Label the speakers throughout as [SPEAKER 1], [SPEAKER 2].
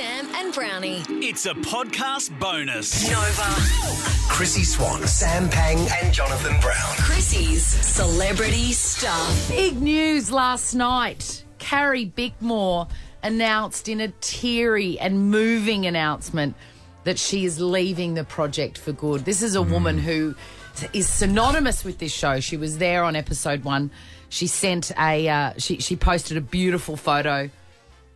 [SPEAKER 1] and Brownie.
[SPEAKER 2] It's a podcast bonus.
[SPEAKER 1] Nova.
[SPEAKER 3] Chrissy Swan, Sam Pang, and Jonathan Brown.
[SPEAKER 1] Chrissy's celebrity stuff.
[SPEAKER 4] Big news last night. Carrie Bickmore announced in a teary and moving announcement that she is leaving the project for good. This is a woman who is synonymous with this show. She was there on episode one. She sent a uh, she she posted a beautiful photo,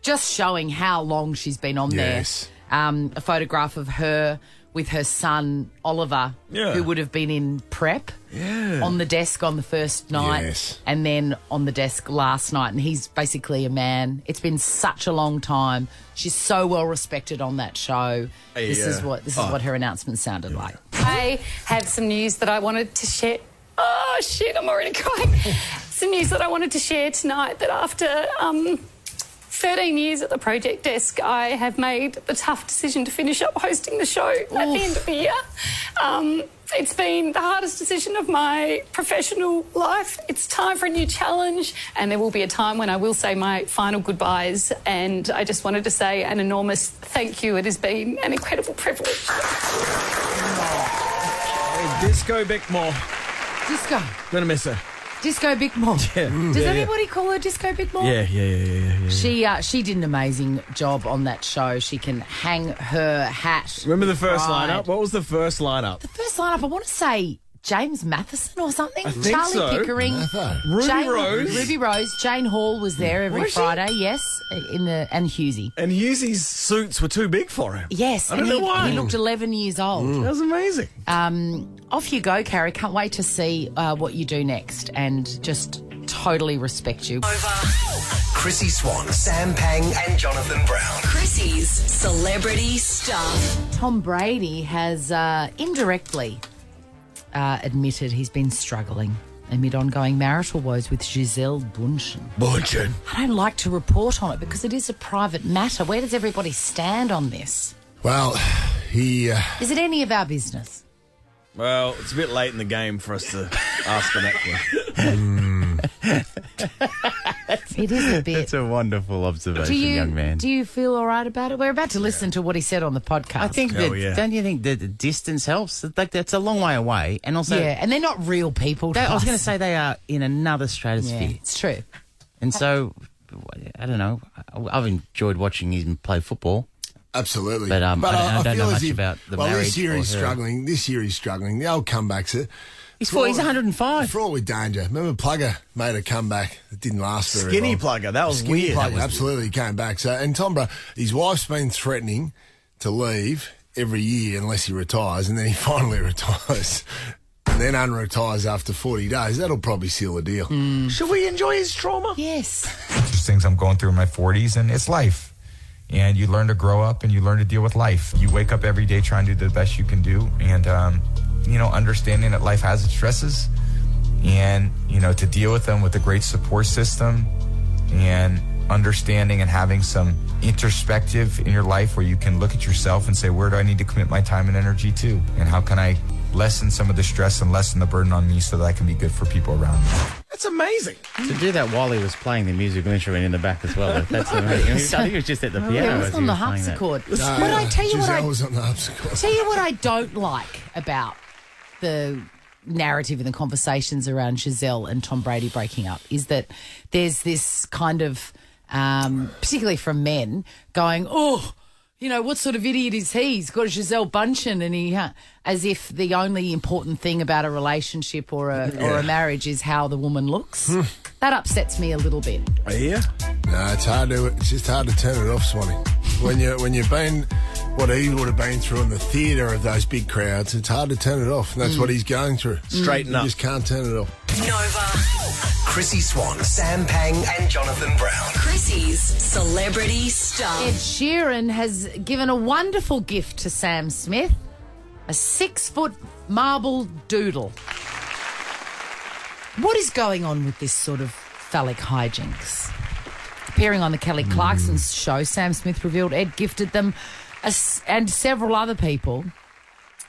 [SPEAKER 4] just showing how long she's been on
[SPEAKER 5] Yes.
[SPEAKER 4] there. Um, a photograph of her with her son Oliver,
[SPEAKER 5] Yeah.
[SPEAKER 4] who would have been in prep on the desk on the first night,
[SPEAKER 5] Yes.
[SPEAKER 4] and then on the desk last night. And he's basically a man. It's been such a long time. She's so well respected on that show. This is
[SPEAKER 5] yeah.
[SPEAKER 4] what this is what her announcement sounded like.
[SPEAKER 6] I had some news that I wanted to share. Oh shit, I'm already crying. some news that I wanted to share tonight that after um, 13 years at the project desk, I have made the tough decision to finish up hosting the show at the end of the year. Um, it's been the hardest decision of my professional life. It's time for a new challenge, and there will be a time when I will say my final goodbyes. And I just wanted to say an enormous thank you. It has been an incredible privilege.
[SPEAKER 5] Disco Bickmore.
[SPEAKER 4] Disco,
[SPEAKER 5] Gonna miss her. Mm.
[SPEAKER 4] Disco Bickmore. Does
[SPEAKER 5] yeah, yeah.
[SPEAKER 4] anybody call her Disco Bickmore?
[SPEAKER 5] Yeah, yeah, yeah, yeah, yeah.
[SPEAKER 4] She uh, she did an amazing job on that show. She can hang her hat.
[SPEAKER 5] Remember the
[SPEAKER 4] with
[SPEAKER 5] first
[SPEAKER 4] pride.
[SPEAKER 5] lineup? What was the first lineup?
[SPEAKER 4] First lineup, I want to say James Matheson or something.
[SPEAKER 5] think
[SPEAKER 4] Charlie
[SPEAKER 5] so.
[SPEAKER 4] Pickering,
[SPEAKER 5] Ruby
[SPEAKER 4] Jane,
[SPEAKER 5] Rose.
[SPEAKER 4] Ruby Rose, Jane Hall was there every
[SPEAKER 5] Was she?
[SPEAKER 4] Friday. Yes, in the and Husey.
[SPEAKER 5] And Hughesy's suits were too big for him.
[SPEAKER 4] Yes,
[SPEAKER 5] I don't
[SPEAKER 4] and
[SPEAKER 5] know
[SPEAKER 4] he,
[SPEAKER 5] why.
[SPEAKER 4] he looked 11 years old.
[SPEAKER 5] That was amazing.
[SPEAKER 4] Um, off you go, Carrie. Can't wait to see uh, what you do next, and just totally respect you.
[SPEAKER 3] Chrissy Swan, Sam Pang, and Jonathan Brown.
[SPEAKER 1] Chrissy's celebrity stuff.
[SPEAKER 4] Tom Brady has uh, indirectly uh, admitted he's been struggling amid ongoing marital woes with Giselle Bundchen.
[SPEAKER 5] Bunchen.
[SPEAKER 4] I don't like to report on it because it is a private matter. Where does everybody stand on this?
[SPEAKER 7] Well, he. Uh,
[SPEAKER 4] Is it any of our business?
[SPEAKER 5] Well, it's a bit late in the game for us to ask for that question.
[SPEAKER 4] It is a bit.
[SPEAKER 8] It's a wonderful observation,
[SPEAKER 4] do you
[SPEAKER 8] young man.
[SPEAKER 4] do you feel all right about it? We're about to listen to what he said on the podcast.
[SPEAKER 8] I think
[SPEAKER 5] Hell
[SPEAKER 8] that,
[SPEAKER 5] yeah.
[SPEAKER 8] don't you think that the distance helps? Like, that's a long way away. And also,
[SPEAKER 4] yeah, and they're not real people.
[SPEAKER 8] they, I was going to
[SPEAKER 4] to
[SPEAKER 8] say they are in another
[SPEAKER 4] yeah,
[SPEAKER 8] stratosphere.
[SPEAKER 4] it's true.
[SPEAKER 8] And so, I don't know. I- I've enjoyed watching him play football.
[SPEAKER 7] absolutely.
[SPEAKER 8] But, um, I don't- I don't know
[SPEAKER 7] feel as
[SPEAKER 8] much about the
[SPEAKER 7] Well,
[SPEAKER 8] marriage
[SPEAKER 7] this year
[SPEAKER 8] or
[SPEAKER 7] he's
[SPEAKER 8] her.
[SPEAKER 7] struggling. This year he's struggling. The old comebacks are.
[SPEAKER 8] He's,
[SPEAKER 7] Fraud-
[SPEAKER 8] four, he's 105.
[SPEAKER 7] Fraud with danger. Remember, Plugger made a comeback that didn't last very
[SPEAKER 5] Skinny
[SPEAKER 7] long.
[SPEAKER 5] Plugger, that was
[SPEAKER 7] Skinny
[SPEAKER 5] weird.
[SPEAKER 7] Plugger,
[SPEAKER 5] That was
[SPEAKER 7] absolutely came back. So, and Tombra, his wife's been threatening to leave every year unless he retires, and then he finally retires, and then unretires after forty days. That'll probably seal the deal.
[SPEAKER 8] Mm.
[SPEAKER 5] Should we enjoy his trauma?
[SPEAKER 4] Yes,
[SPEAKER 9] just things I'm going through in my 40s, and it's life. And you learn to grow up and you learn to deal with life. You wake up every day trying to do the best you can do, and um, you know, understanding that life has its stresses, and you know, to deal with them with a great support system, and understanding and having some introspective in your life where you can look at yourself and say, where do I need to commit my time and energy to, and how can I lessen some of the stress and lessen the burden on me so that I can be good for people around me.
[SPEAKER 5] That's amazing.
[SPEAKER 8] To do that while he was playing the musical instrument in the back as well. That's amazing. I think he was just at the piano.
[SPEAKER 4] yeah, it
[SPEAKER 8] as
[SPEAKER 4] was
[SPEAKER 8] he
[SPEAKER 4] on the
[SPEAKER 8] was playing that.
[SPEAKER 4] harpsichord. But
[SPEAKER 7] Uh,
[SPEAKER 4] I tell you what,
[SPEAKER 7] Giselle
[SPEAKER 4] I
[SPEAKER 7] was on the harpsichord.
[SPEAKER 4] tell you what I don't like about the narrative and the conversations around Giselle and Tom Brady breaking up is that there's this kind of, um, particularly from men, going, oh, you know, what sort of idiot is he? He's got a Giselle Bunchen and he, ha-" as if the only important thing about a relationship or a, or a marriage is how the woman looks. that upsets me a little bit.
[SPEAKER 5] Yeah.
[SPEAKER 7] No, it's hard to. It's just hard to turn it off, Swanee. When you when you've been what he would have been through in the theatre of those big crowds, it's hard to turn it off. And that's what he's going through.
[SPEAKER 5] Mm. Straighten
[SPEAKER 7] you
[SPEAKER 5] up.
[SPEAKER 7] Just can't turn it off.
[SPEAKER 1] Nova.
[SPEAKER 3] Chrissy Swan, Sam Pang, and Jonathan Brown.
[SPEAKER 1] Chrissy's celebrity stuff.
[SPEAKER 4] Ed Sheeran has given a wonderful gift to Sam Smith a six foot marble doodle. What is going on with this sort of phallic hijinks? Appearing on the Kelly Clarkson show, Sam Smith revealed Ed gifted them a s and several other people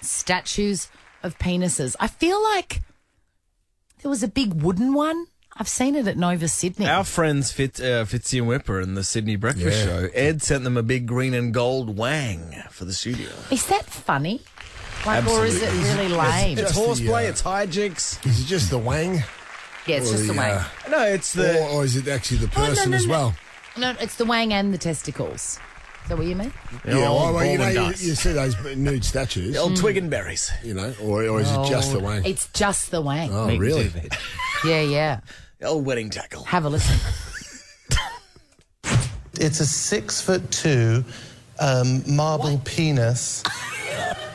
[SPEAKER 4] statues of penises. I feel like there was a big wooden one I've seen it at Nova Sydney.
[SPEAKER 5] Our friends Fit, uh, Fitzy and Whipper in the Sydney Breakfast
[SPEAKER 7] Yeah.
[SPEAKER 5] Show, Ed sent them a big green and gold wang for the studio.
[SPEAKER 4] Is that funny? Like, or is it
[SPEAKER 5] Absolutely.
[SPEAKER 4] really lame?
[SPEAKER 5] It's
[SPEAKER 7] Just the,
[SPEAKER 5] horseplay,
[SPEAKER 7] uh,
[SPEAKER 5] it's hijinks.
[SPEAKER 7] Is it just the wang?
[SPEAKER 4] yeah, it's
[SPEAKER 7] Or
[SPEAKER 4] just the wang.
[SPEAKER 7] uh,
[SPEAKER 5] No, it's the. Oh,
[SPEAKER 7] or, or is it actually the
[SPEAKER 4] no,
[SPEAKER 7] person
[SPEAKER 4] no,
[SPEAKER 7] as
[SPEAKER 4] no.
[SPEAKER 7] well?
[SPEAKER 4] No, it's the wang and the testicles. Is that what you mean?
[SPEAKER 5] Yeah,
[SPEAKER 7] well,
[SPEAKER 5] old
[SPEAKER 7] well,
[SPEAKER 5] ball
[SPEAKER 7] you know,
[SPEAKER 5] and
[SPEAKER 7] you,
[SPEAKER 5] dice.
[SPEAKER 7] you see those nude statues,
[SPEAKER 5] Old twig and berries.
[SPEAKER 7] you know, or, or is it just the wang?
[SPEAKER 4] It's just the wang.
[SPEAKER 7] Oh,
[SPEAKER 8] Meat and
[SPEAKER 7] really?
[SPEAKER 4] Yeah, yeah.
[SPEAKER 5] Old wedding tackle.
[SPEAKER 4] Have a listen.
[SPEAKER 1] It's a six foot two um, marble penis.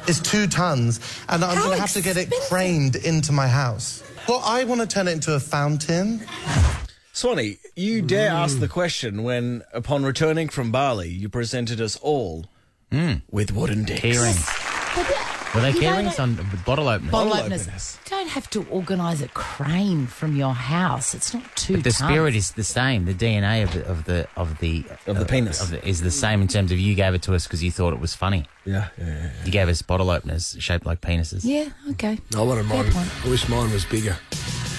[SPEAKER 1] It's two tons, and I'm going to have to get it craned into my house. Well, I want to turn it into a fountain.
[SPEAKER 5] Swanee, you dare ask the question when, upon returning from Bali, you presented us all with wooden dicks.
[SPEAKER 8] Earrings. Were they
[SPEAKER 4] You don't
[SPEAKER 8] earrings
[SPEAKER 4] know-
[SPEAKER 8] on bottle openers?
[SPEAKER 4] Bottle openers. You don't have to organise a crane from your house. It's not too.
[SPEAKER 8] the spirit is the same. The DNA of the of the of the, uh,
[SPEAKER 5] Of the penis.
[SPEAKER 8] of the- is the same in terms of you gave it to us because you thought it was funny.
[SPEAKER 5] Yeah, yeah, yeah.
[SPEAKER 8] You gave us bottle openers shaped like penises.
[SPEAKER 4] Yeah. Okay.
[SPEAKER 7] I wanted
[SPEAKER 4] Fair
[SPEAKER 7] mine.
[SPEAKER 4] point.
[SPEAKER 7] I wish mine was bigger.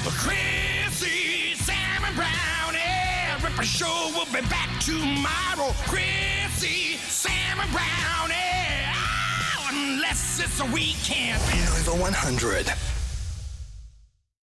[SPEAKER 9] Chrissy, Sam and Brownie. Ripper Show will be back tomorrow. Chrissy, Sam and eh, ah, Brownie. Oh, unless it's a weekend.
[SPEAKER 10] Nova 100.